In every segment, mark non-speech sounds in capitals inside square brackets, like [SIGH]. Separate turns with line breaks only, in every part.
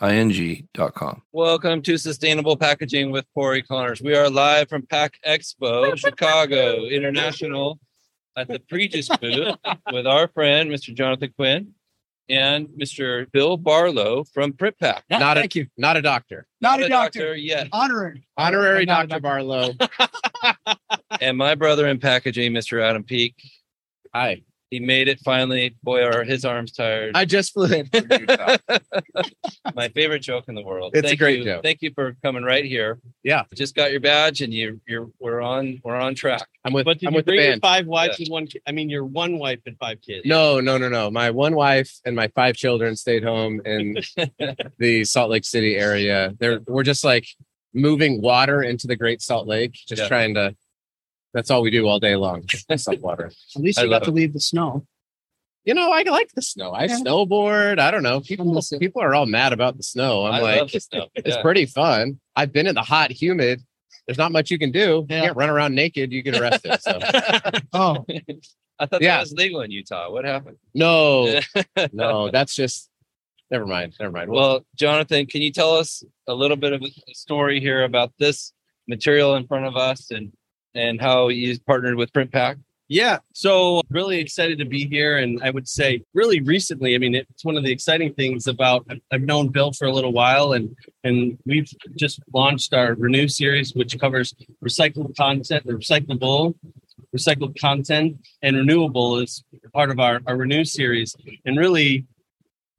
www.ororapckaging.com.
Welcome to Sustainable Packaging with Corey Connors. We are live from Pack Expo Chicago International at the Pregis booth with our friend Mr. Jonathan Quinn and Mr. Bill Barlow from PrintPack.
Not a-
thank you.
Not a doctor.
Not a doctor.
yet.
Honorary.
Honorary
Not a
Dr. Barlow.
And my brother in packaging, Mr. Adam Peak.
Hi.
He made it finally. Boy, are his arms tired.
I just flew in.
my favorite joke in the world.
It's a great
you.
joke.
Thank you for coming right here.
Yeah.
Just got your badge and you you're we're on we're on track.
I'm [LAUGHS] with,
But did
I'm
you
with the
bring your
band.
five wives and one? Ki- I mean, your one wife and five kids.
No, no, no, no. My one wife and my five children stayed home in the Salt Lake City area. They're, we're just like moving water into the Great Salt Lake, just
Yeah.
trying to. That's all we do all day long. [LAUGHS] Salt water.
At least
I
you
love
got to leave the snow.
You know, I like the snow. I
Yeah.
snowboard. I don't know. People,
miss it.
people are all mad about the snow. I'm
I
like,
love this stuff.
It's
Yeah.
pretty fun. I've been in the hot, humid. There's not much you can do.
Yeah.
You can't run around naked. You get arrested. So.
[LAUGHS]
Oh,
I thought
Yeah.
that was legal in Utah. What happened?
no, no, that's just. Never mind. Never mind. Well,
Well, Jonathan, can you tell us a little bit of a story here about this material in front of us and and how you partnered with Print Pack?
Yeah. So really excited to be here, and I would say really recently. I mean, it's one of the exciting things about I've known Bill for a little while, and and we've just launched our Renew series, which covers recycled content, the recyclable, recycled content, and renewable is part of our, our Renew series, and really.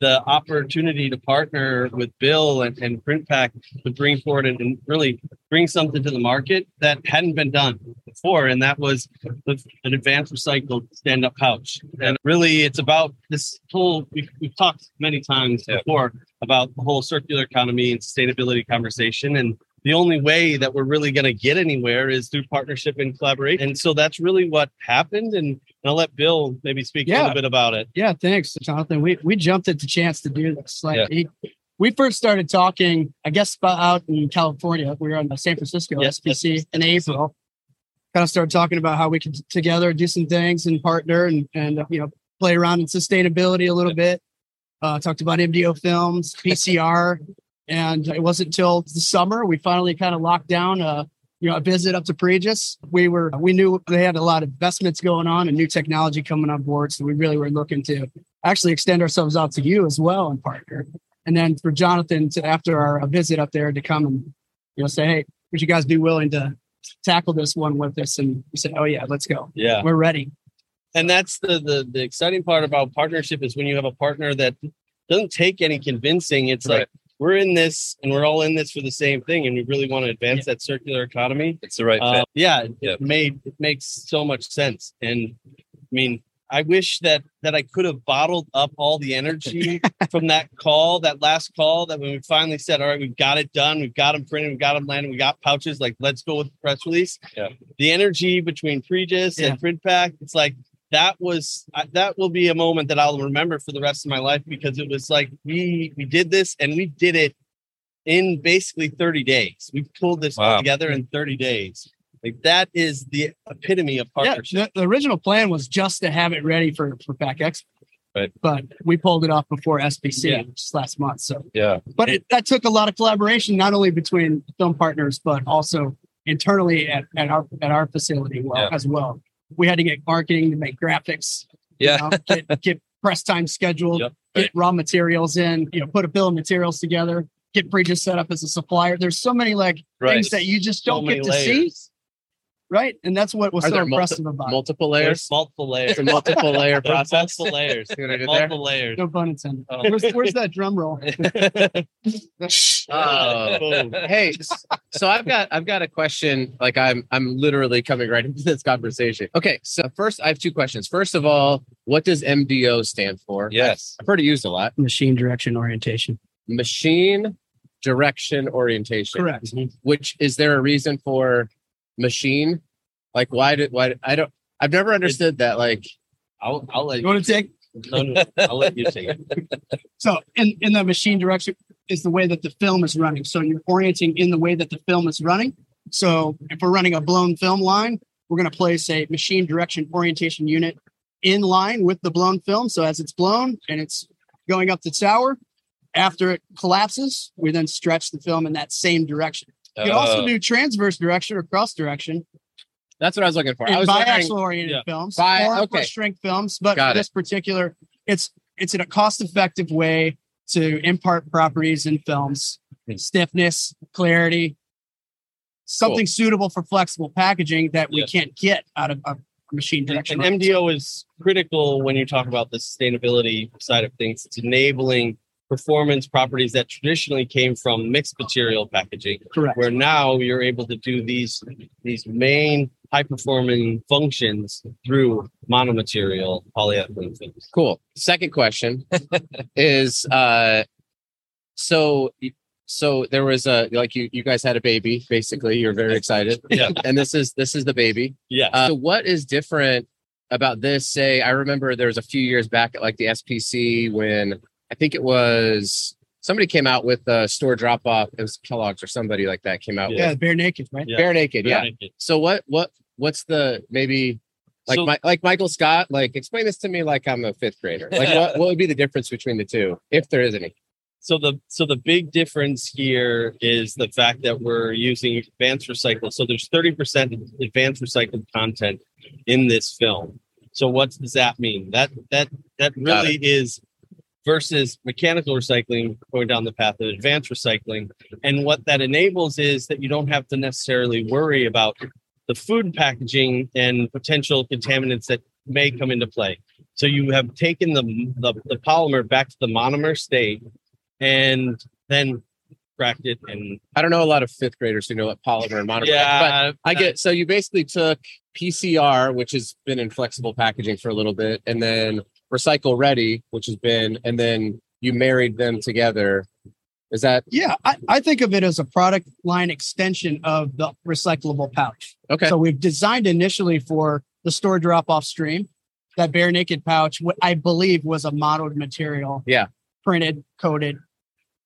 The opportunity to partner with Bill and, and PrintPack to bring forward and- and really bring something to the market that hadn't been done before. And that was with an advanced recycled stand-up pouch. And really, it's about this whole. We've, we've talked many times
Yeah.
before about the whole circular economy and sustainability conversation, and the only way that we're really going to get anywhere is through partnership and collaboration. And so that's really what happened. And, and I'll let Bill maybe speak a
Yeah.
little bit about it.
yeah. Thanks, Jonathan. We we jumped at the chance to do this. Like
Yeah.
he, we first started talking, I guess, about out in California. We were in San Francisco,
Yeah,
SPC, in April. Kind of started talking about how we could together do some things and partner and and uh, you know play around in sustainability a little bit. Uh, talked about MDO films, PCR, and it wasn't until the summer we finally kind of locked down a you know a visit up to Pregis. We were we knew they had a lot of investments going on and new technology coming on board, so we really were looking to actually extend ourselves out to you as well and partner. And then for Jonathan to after our visit up there to come and you know say hey, would you guys be willing to tackle this one with us? And we said oh yeah, let's go.
Yeah.
We're ready.
and that's the, the the exciting part about partnership is when you have a partner that doesn't take any convincing it's
Right.
like we're in this and we're all in this for the same thing and we really want to advance that circular economy
It's the right
Uh,
fit.
yeah it
Yeah.
made it makes so much sense and i mean i wish that that i could have bottled up all the
[LAUGHS]
energy from that call that last call that when we finally said all right we've got it done we've got them printed we've got them landed we got pouches like let's go with the press release
Yeah.
the energy between pregis
Yeah.
and print pack it's like that was I- that will be a moment that I'll remember for the rest of my life because it was like we we did this and we did it in basically 30 days. We pulled this
Wow.
together in 30 days. Like that is the epitome of partnership.
Yeah, the, the original plan was just to have it ready for for Pack Expo.
Right.
But we pulled it off before SBC
Yeah.
just last month. So
Yeah.
but
It-
that took a lot of collaboration, not only between film partners, but also internally at, at our at our facility well,
Yeah.
as well. We had to get marketing to make graphics, you
Yeah.
know, get, get press time scheduled,
Yep.
get raw materials in, you know, put a bill of materials together, get Bridges set up as a supplier. There's so many like
Right.
things that you just
So
don't
many
get to see,
layers.
right? And that's what was
Are
so
there multi-
impressive about it.
multiple
There's
layers.
multiple layers.
It's a multiple layer
There's
[LAUGHS]
process.
Multiple layers.
See what I did there?
Multiple layers.
No pun intended.
Oh.
Where's, where's that drum roll?
Oh.
Boom.
hey, s- so I've got I've got a question. Like I'm I'm literally coming right into this conversation. Okay, so first I have two questions. First of all, what does MDO stand for?
Yes.
I've heard it used a lot.
Machine direction orientation.
machine direction orientation.
Correct.
Which is there a reason for machine? Like why did why I don't I've never understood that. Like
I'll, I'll let
You want to take
no, no, I'll let you take it.
so in in the machine direction is the way that the film is running. So you're orienting in the way that the film is running. So if we're running a blown film line, we're going to place a machine direction orientation unit in line with the blown film. So as it's blown and it's going up the tower, after it collapses, we then stretch the film in that same direction. You can also
Uh,
do transverse direction or cross direction
that's what I was looking for. I
in
was wondering,
biaxial oriented
yeah.
films
Bi-
or,
okay.
or shrink films, but
Got
for
it.
this particular, it's it's in a cost effective way to impart properties in films,
Hmm.
stiffness, clarity, something suitable for flexible packaging that we
Yeah.
can't get out of a machine
And
direction.
MDO is critical when you talk about the sustainability side of things. It's enabling performance properties that traditionally came from mixed material packaging,
correct.
where now you're able to do these these main high performing functions through monomaterial polyethylene films.
cool. Second question is uh so so there was a like you you guys had a baby basically you're very excited
Yeah.
and this is this is the baby
Yeah.
Uh, so what is different about this? Say, I remember there was a few years back at like the SPC when I think it was somebody came out with a store drop off. It was Kellogg's or somebody like that came out
Yeah,
with
bare naked, right?
Yeah.
bare naked. Yeah.
Right.
So what what what's the maybe like
So-
my, like Michael Scott? Like explain this to me like I'm a fifth grader. Like what, what would be the difference between the two if there is any?
So the so the big difference here is the fact that we're using advanced recycled. So there's 30% advanced recycled content in this film. So what does that mean? That that that
Got
really is versus mechanical recycling going down the path of advanced recycling. And what that enables is that you don't have to necessarily worry about the food packaging and potential contaminants that may come into play. So you have taken the, the, the polymer back to the monomer state and then cracked it and
I don't know a lot of fifth graders who know what polymer and monomer. is, but I get so you basically took PCR, which has been in flexible packaging for a little bit, and then Recycle Ready, which has been, and then you married them together. Is that
Yeah, I, I think of it as a product line extension of the recyclable pouch.
okay?
So we've designed initially for the store drop off stream. That bare naked pouch, what I believe was a modeled material.
Yeah.
Printed, coated.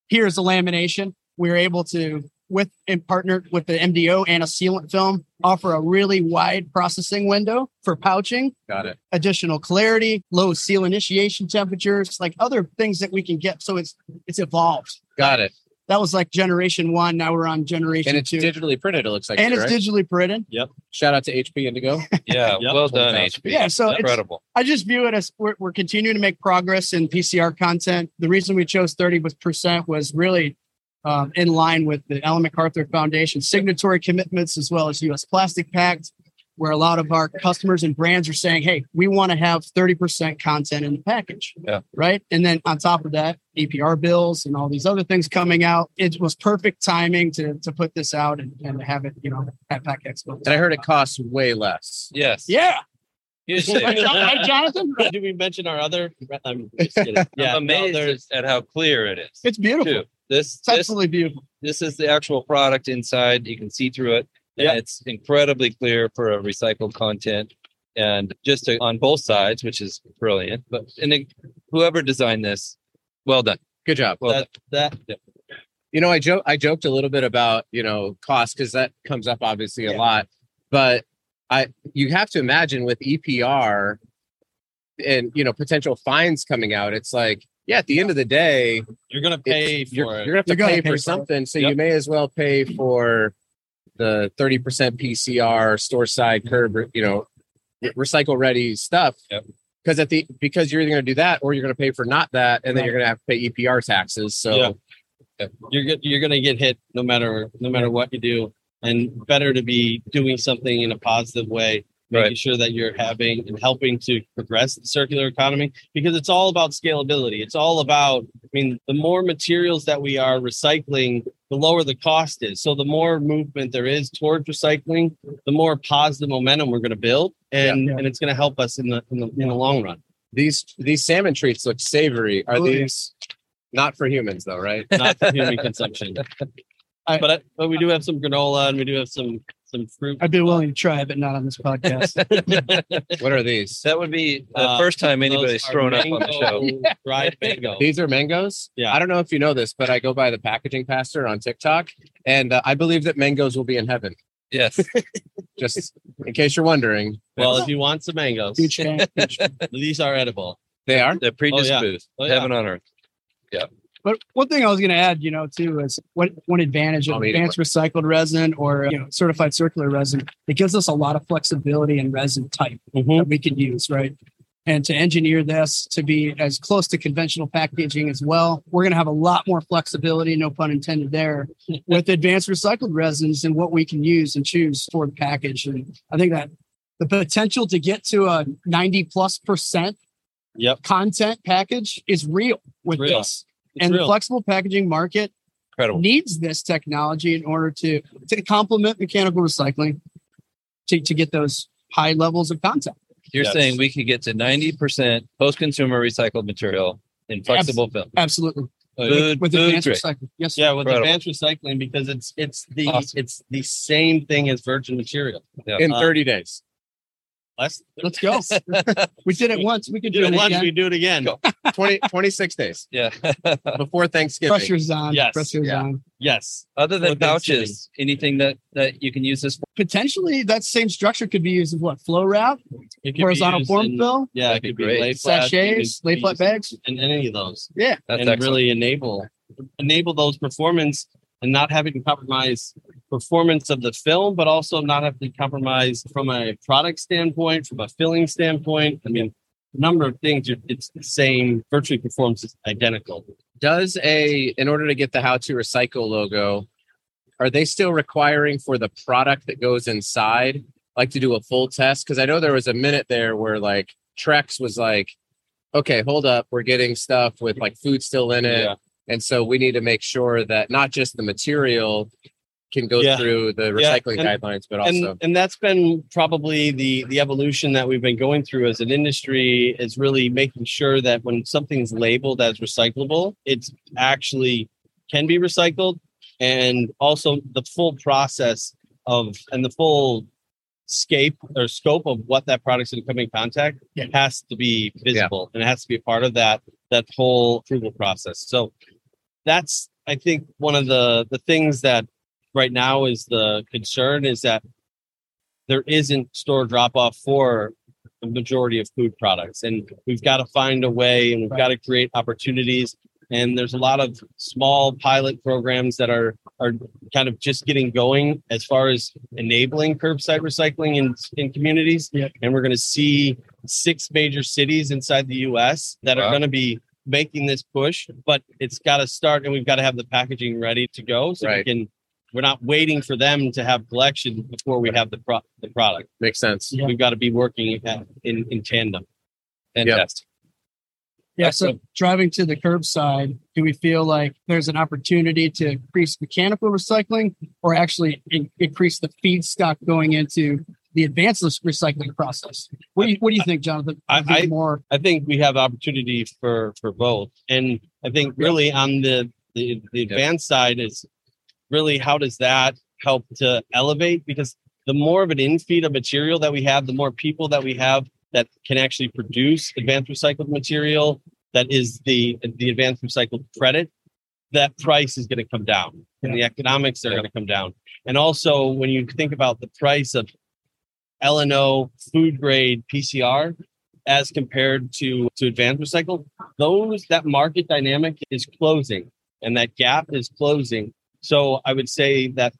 Here's the lamination. We were able to, with and partnered with the MDO and a sealant film, offer a really wide processing window for pouching,
Got it.
additional clarity, low seal initiation temperatures, like other things that we can get. So it's it's evolved.
Got it.
That was like generation one. Now we're on generation
And it's
two.
digitally printed. It looks like.
and
too,
it's
right?
digitally printed.
Shout out to HP Indigo.
yeah,
[LAUGHS] Yep.
well done,
Fantastic.
HP.
Yeah. So it's,
incredible.
I just view it as we're, we're continuing to make progress in PCR content. The reason we chose 30 was percent was really um, in line with the Ellen MacArthur Foundation signatory commitments as well as U.S. Plastic Pact, where a lot of our customers and brands are saying, "Hey, we want to have 30 percent content in the package."
Yeah.
Right. And then on top of that, EPR bills and all these other things coming out. It was perfect timing to to put this out and, and have it, you know, at Pack Expo.
and I heard it costs way less.
Yes.
Yeah.
Huge
[LAUGHS]
Right,
savings.
Jon- right, Jonathan.
did we mention our other I'm just kidding. yeah
I'm amazed
no, there's
at how clear it is.
It's
too.
beautiful.
This
It's
this
absolutely beautiful.
this is the actual product inside. You can see through it. And
Yeah.
it's incredibly clear for a recycled content and just to, on both sides, which is brilliant. But and it, whoever designed this, well done.
Good job.
Well done.
that
you know, I joke, I joked a little bit about you know cost because that comes up obviously a lot, but I you have to imagine with EPR and you know potential fines coming out, it's like yeah, at the end of the day,
you're gonna
it's-
pay for
you're,
it
you're gonna have to
You're gonna pay
pay,
for
for
it.
something, so you
Yep.
may as well pay for the thirty percent PCR store side curb, you know, re- recycle ready stuff.
Yep.
Because at the because you're either going to do that or you're going to pay for not that, and then you're going to have to pay EPR taxes. So
Yeah. you're go- you're gonna get hit no matter no matter what you do, and better to be doing something in a positive way, making
Right.
sure that you're having and helping to progress the circular economy because it's all about scalability. It's all about I mean, the more materials that we are recycling, the lower the cost is. So the more movement there is towards recycling, the more positive momentum we're gonna build, and
Yeah.
and it's gonna help us in the in the, in the long run.
these these salmon treats look savory. Are
Oh, yeah.
these Not for humans though,
[LAUGHS]
right?
not for human consumption.
I-
but I, but we do have some granola and we do have some some fruit.
I'd be willing to try, but not on this podcast.
What are these?
That would be the
Uh,
first time
Those
anybody's
are
thrown up on the
[LAUGHS]
show.
mango- Dried mango.
These are mangoes.
Yeah.
I don't know if you know this, but I go by the packaging pastor on TikTok, and uh, I believe that mangoes will be in heaven.
Yes.
Just in case you're wondering,
Well, if you want some mangoes,
Huge fan.
these are edible.
they are.
The pre-disposed.
Oh, Oh, yeah.
Heaven on earth.
But one thing I was going to add, you know, too, is what one advantage
I'll
of
eat it
advanced recycled resin or you know, certified circular resin, it gives us a lot of flexibility in resin type
Mm-hmm.
that we can use, right? And to engineer this to be as close to conventional packaging as well, we're going to have a lot more flexibility, no pun intended
[LAUGHS]
there, with advanced recycled resins and what we can use and choose for the package. And I think that the potential to get to a 90 plus percent
Yep.
content package is real with
real.
this
It's
and the
real.
flexible packaging market
Incredible.
needs this technology in order to to complement mechanical recycling to, to get those high levels of content.
You're
Yes.
saying we could get to 90% post-consumer recycled material in flexible film.
Absolutely.
Oh, Food,
With
food
advanced
grade.
recycling. Yes.
yeah, with
Incredible.
advanced recycling because it's it's the
Awesome.
it's the same thing as virgin material.
In
Uh,
30 days.
Less
Let's
[LAUGHS]
go. we did it once. We
we
can
do it once,
again.
we do it again.
20,
[LAUGHS]
26 days
Yeah.
before Thanksgiving.
Pressure's on.
Yes.
Pressure's
Yeah.
on.
Yes.
Other than
Well, thanks,
pouches, anything that, that you can use this for?
Potentially, that same structure could be used as what flow wrap,
It could be
horizontal
used
form
in-
fill,
Yeah,
That'd
it
be
could be
great.
lay flat, it
sachets,
could
lay
be
flat
used
bags.
in any of those.
That's
and
excellent.
really enable enable those performance and not having to compromise performance of the film, but also not having to compromise from a product standpoint, from a filling standpoint. I mean, a number of things. you- It's the same. Virtually performs is identical.
Does a, in order to get the how to recycle logo, are they still requiring for the product that goes inside, like to do a full test? Because I know there was a minute there where like Trex was like, okay, hold up, we're getting stuff with like food still in it. And so we need to make sure that not just the material can go
Yeah.
through the
Yeah,
recycling
and-
guidelines, but
and,
also.
and that's been probably the the evolution that we've been going through as an industry is really making sure that when something's labeled as recyclable it's actually can be recycled and also the full process of and the full scape or scope of what that product's going to come in contact
Yeah.
has to be visible and it has to be a part of that that whole approval process so that's i think one of the the things that right now is the concern is that there isn't store drop off for the majority of food products and we've got to find a way and we've got to create opportunities and there's a lot of small pilot programs that are are kind of just getting going as far as enabling curbside recycling in in communities
Yep.
and we're going to see six major cities inside the US that are
Wow.
going to be making this push but it's got to start and we've got to have the packaging ready to go so
Right.
we can we're not waiting for them to have collection before we have the pro- the product
Makes sense.
Yeah.
we've got to be working at, in in tandem and
Yep.
test.
Yeah. So driving to the curbside, do we feel like there's an opportunity to increase mechanical recycling or actually in- increase the feedstock going into the advanced recycling process? What do you, what do you think, Jonathan?
I-
Would be
I-
more
I think we have opportunity for for both, and I think really on the the, the advanced side is really how does that help to elevate because the more of an infeed of material that we have, the more people that we have that can actually produce advanced recycled material that is the the advanced recycled credit. That price is going to come down, and the economics are going to come down. And also, when you think about the price of LNO food grade PCR, as compared to to advanced recycle those that market dynamic is closing and that gap is closing so i would say that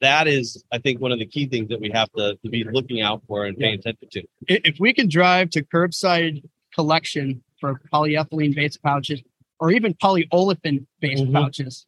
that is i think one of the key things that we have to, to be looking out for and paying attention to
i- if we can drive to curbside collection for polyethylene based pouches or even polyolefin based
Mhm.
pouches,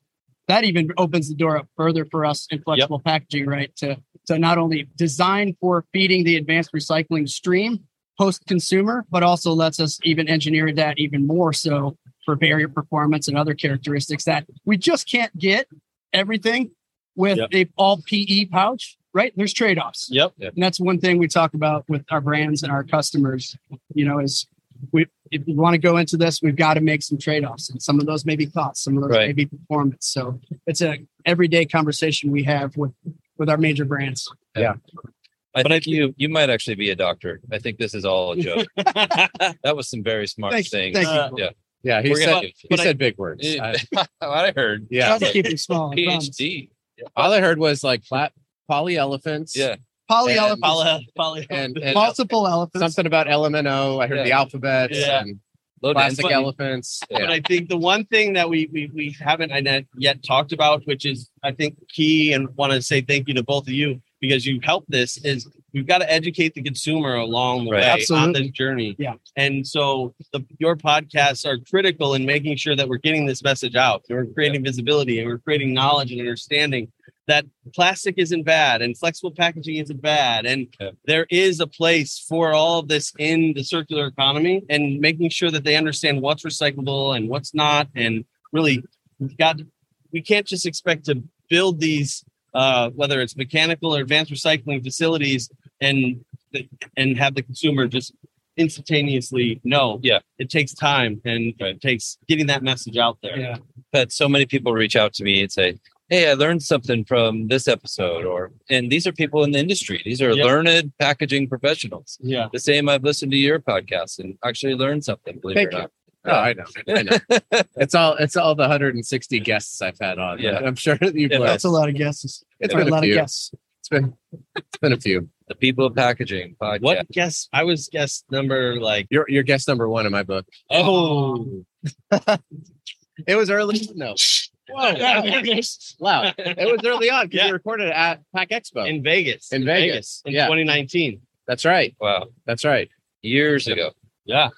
that even opens the door up further for us in flexible packaging, right? To to not only design for feeding the advanced recycling stream post consumer, but also lets us even engineer that even more so for barrier performance and other characteristics that we just can't get everything with
Yep.
a all PE pouch, right? There's trade offs
yep
and that's one thing we talk about with our brands and our customers you know is we if we want to go into this, we've got to make some trade offs, and some of those may be cost, some of those
Right.
may be performance. So it's a everyday conversation we have with with our major brands.
I
But I
think you you might actually be a doctor. I think this is
[LAUGHS]
all a joke. that was some very smart
Thank you,
things.
thank
Uh,
you.
yeah.
Yeah, he
We're
said
gonna-
he
but I-
said big words.
[LAUGHS]
I,
Yeah. I heard.
yeah,
Try to keep it small. I promise.
PhD.
all I heard was like plat, poly elephants.
Yeah.
Poly
And-
elephants,
Poly- poly-
and, and
multiple elephants.
something about LMNO. I heard
Yeah. Oh,
the alphabet
Yeah.
and
Low
plastic
density.
elephants. Yeah.
But I think the one thing that we we, we haven't I not- yet talked about, which is I think key, and want to say thank you to both of you because you helped this. Is we've got to educate the consumer along the
Right.
way on
Absolutely.
this journey.
Yeah.
and so the, your podcasts are critical in making sure that we're getting this message out. We're creating visibility and we're creating knowledge and understanding that plastic isn't bad and flexible packaging isn't bad and there is a place for all of this in the circular economy and making sure that they understand what's recyclable and what's not and really we've got we can't just expect to build these uh, whether it's mechanical or advanced recycling facilities and and have the consumer just instantaneously know
Yeah.
it takes time and it takes getting that message out there
Yeah.
But so many people reach out to me and say, Hey, I learned something from this episode, or and these are people in the industry. These are
Yeah.
learned packaging professionals.
yeah
The same I've listened to your podcast and actually learned something, believe
Thank
it or
you.
not.
Oh, I know. I know. it's all it's all the 160 guests I've had on.
Yeah.
I'm sure that you've
Yeah,
learned.
That's a lot of guesses.
It's
a
been a
lot of
few.
guesses.
It's been it's been a few.
The people of packaging podcast.
what guess i was guess number like
You're you're guest number one in my book.
[LAUGHS] oh
It was early. No, loud. It was early on because
Yeah.
we recorded at Pack Expo.
in Vegas.
Oh. In Vegas,
in
yeah.
2019.
that's right.
Wow.
That's right.
Years ago.
Yeah,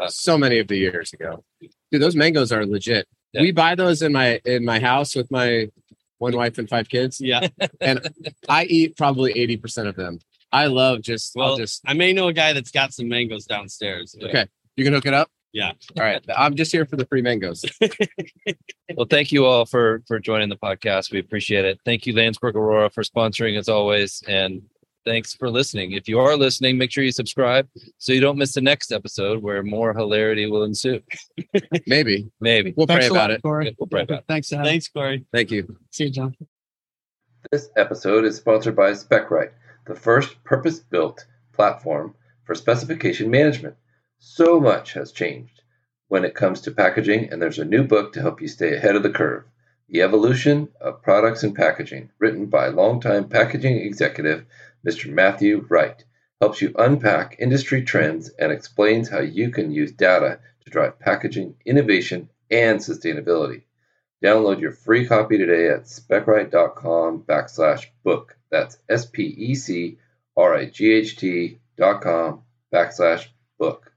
uh, so many of the years ago. Dude, those mangoes are legit.
Yeah.
We buy those in my in my house with my one wife and five kids.
yeah.
[LAUGHS] I eat probably eighty percent of them. I love just I'll
Well-
just
I may know a guy that's got some mangoes downstairs.
Okay. you can hook it up.
Yeah.
All right. I'm just here for the free
[LAUGHS]
mangoes.
Well, thank you all for for joining the podcast. We appreciate it. Thank you, Landsberg Aurora, for sponsoring as always, and thanks for listening. If you are listening, make sure you subscribe so you don't miss the next episode where more hilarity will ensue.
Maybe.
Maybe.
We'll
Thanks
pray
a lot,
about it.
Corey.
We'll pray about it.
Thanks, Adam.
Thanks, Corey.
Thank you.
See you, John.
This episode is sponsored by SpecRite, the first purpose built platform for specification management. So much has changed when it comes to packaging, and there's a new book to help you stay ahead of the curve The Evolution of Products and Packaging, written by longtime packaging executive Mr. Matthew Wright, helps you unpack industry trends and explains how you can use data to drive packaging innovation and sustainability. Download your free copy today at specright.com backslash book. That's S P E C R I G H T dot com backslash book.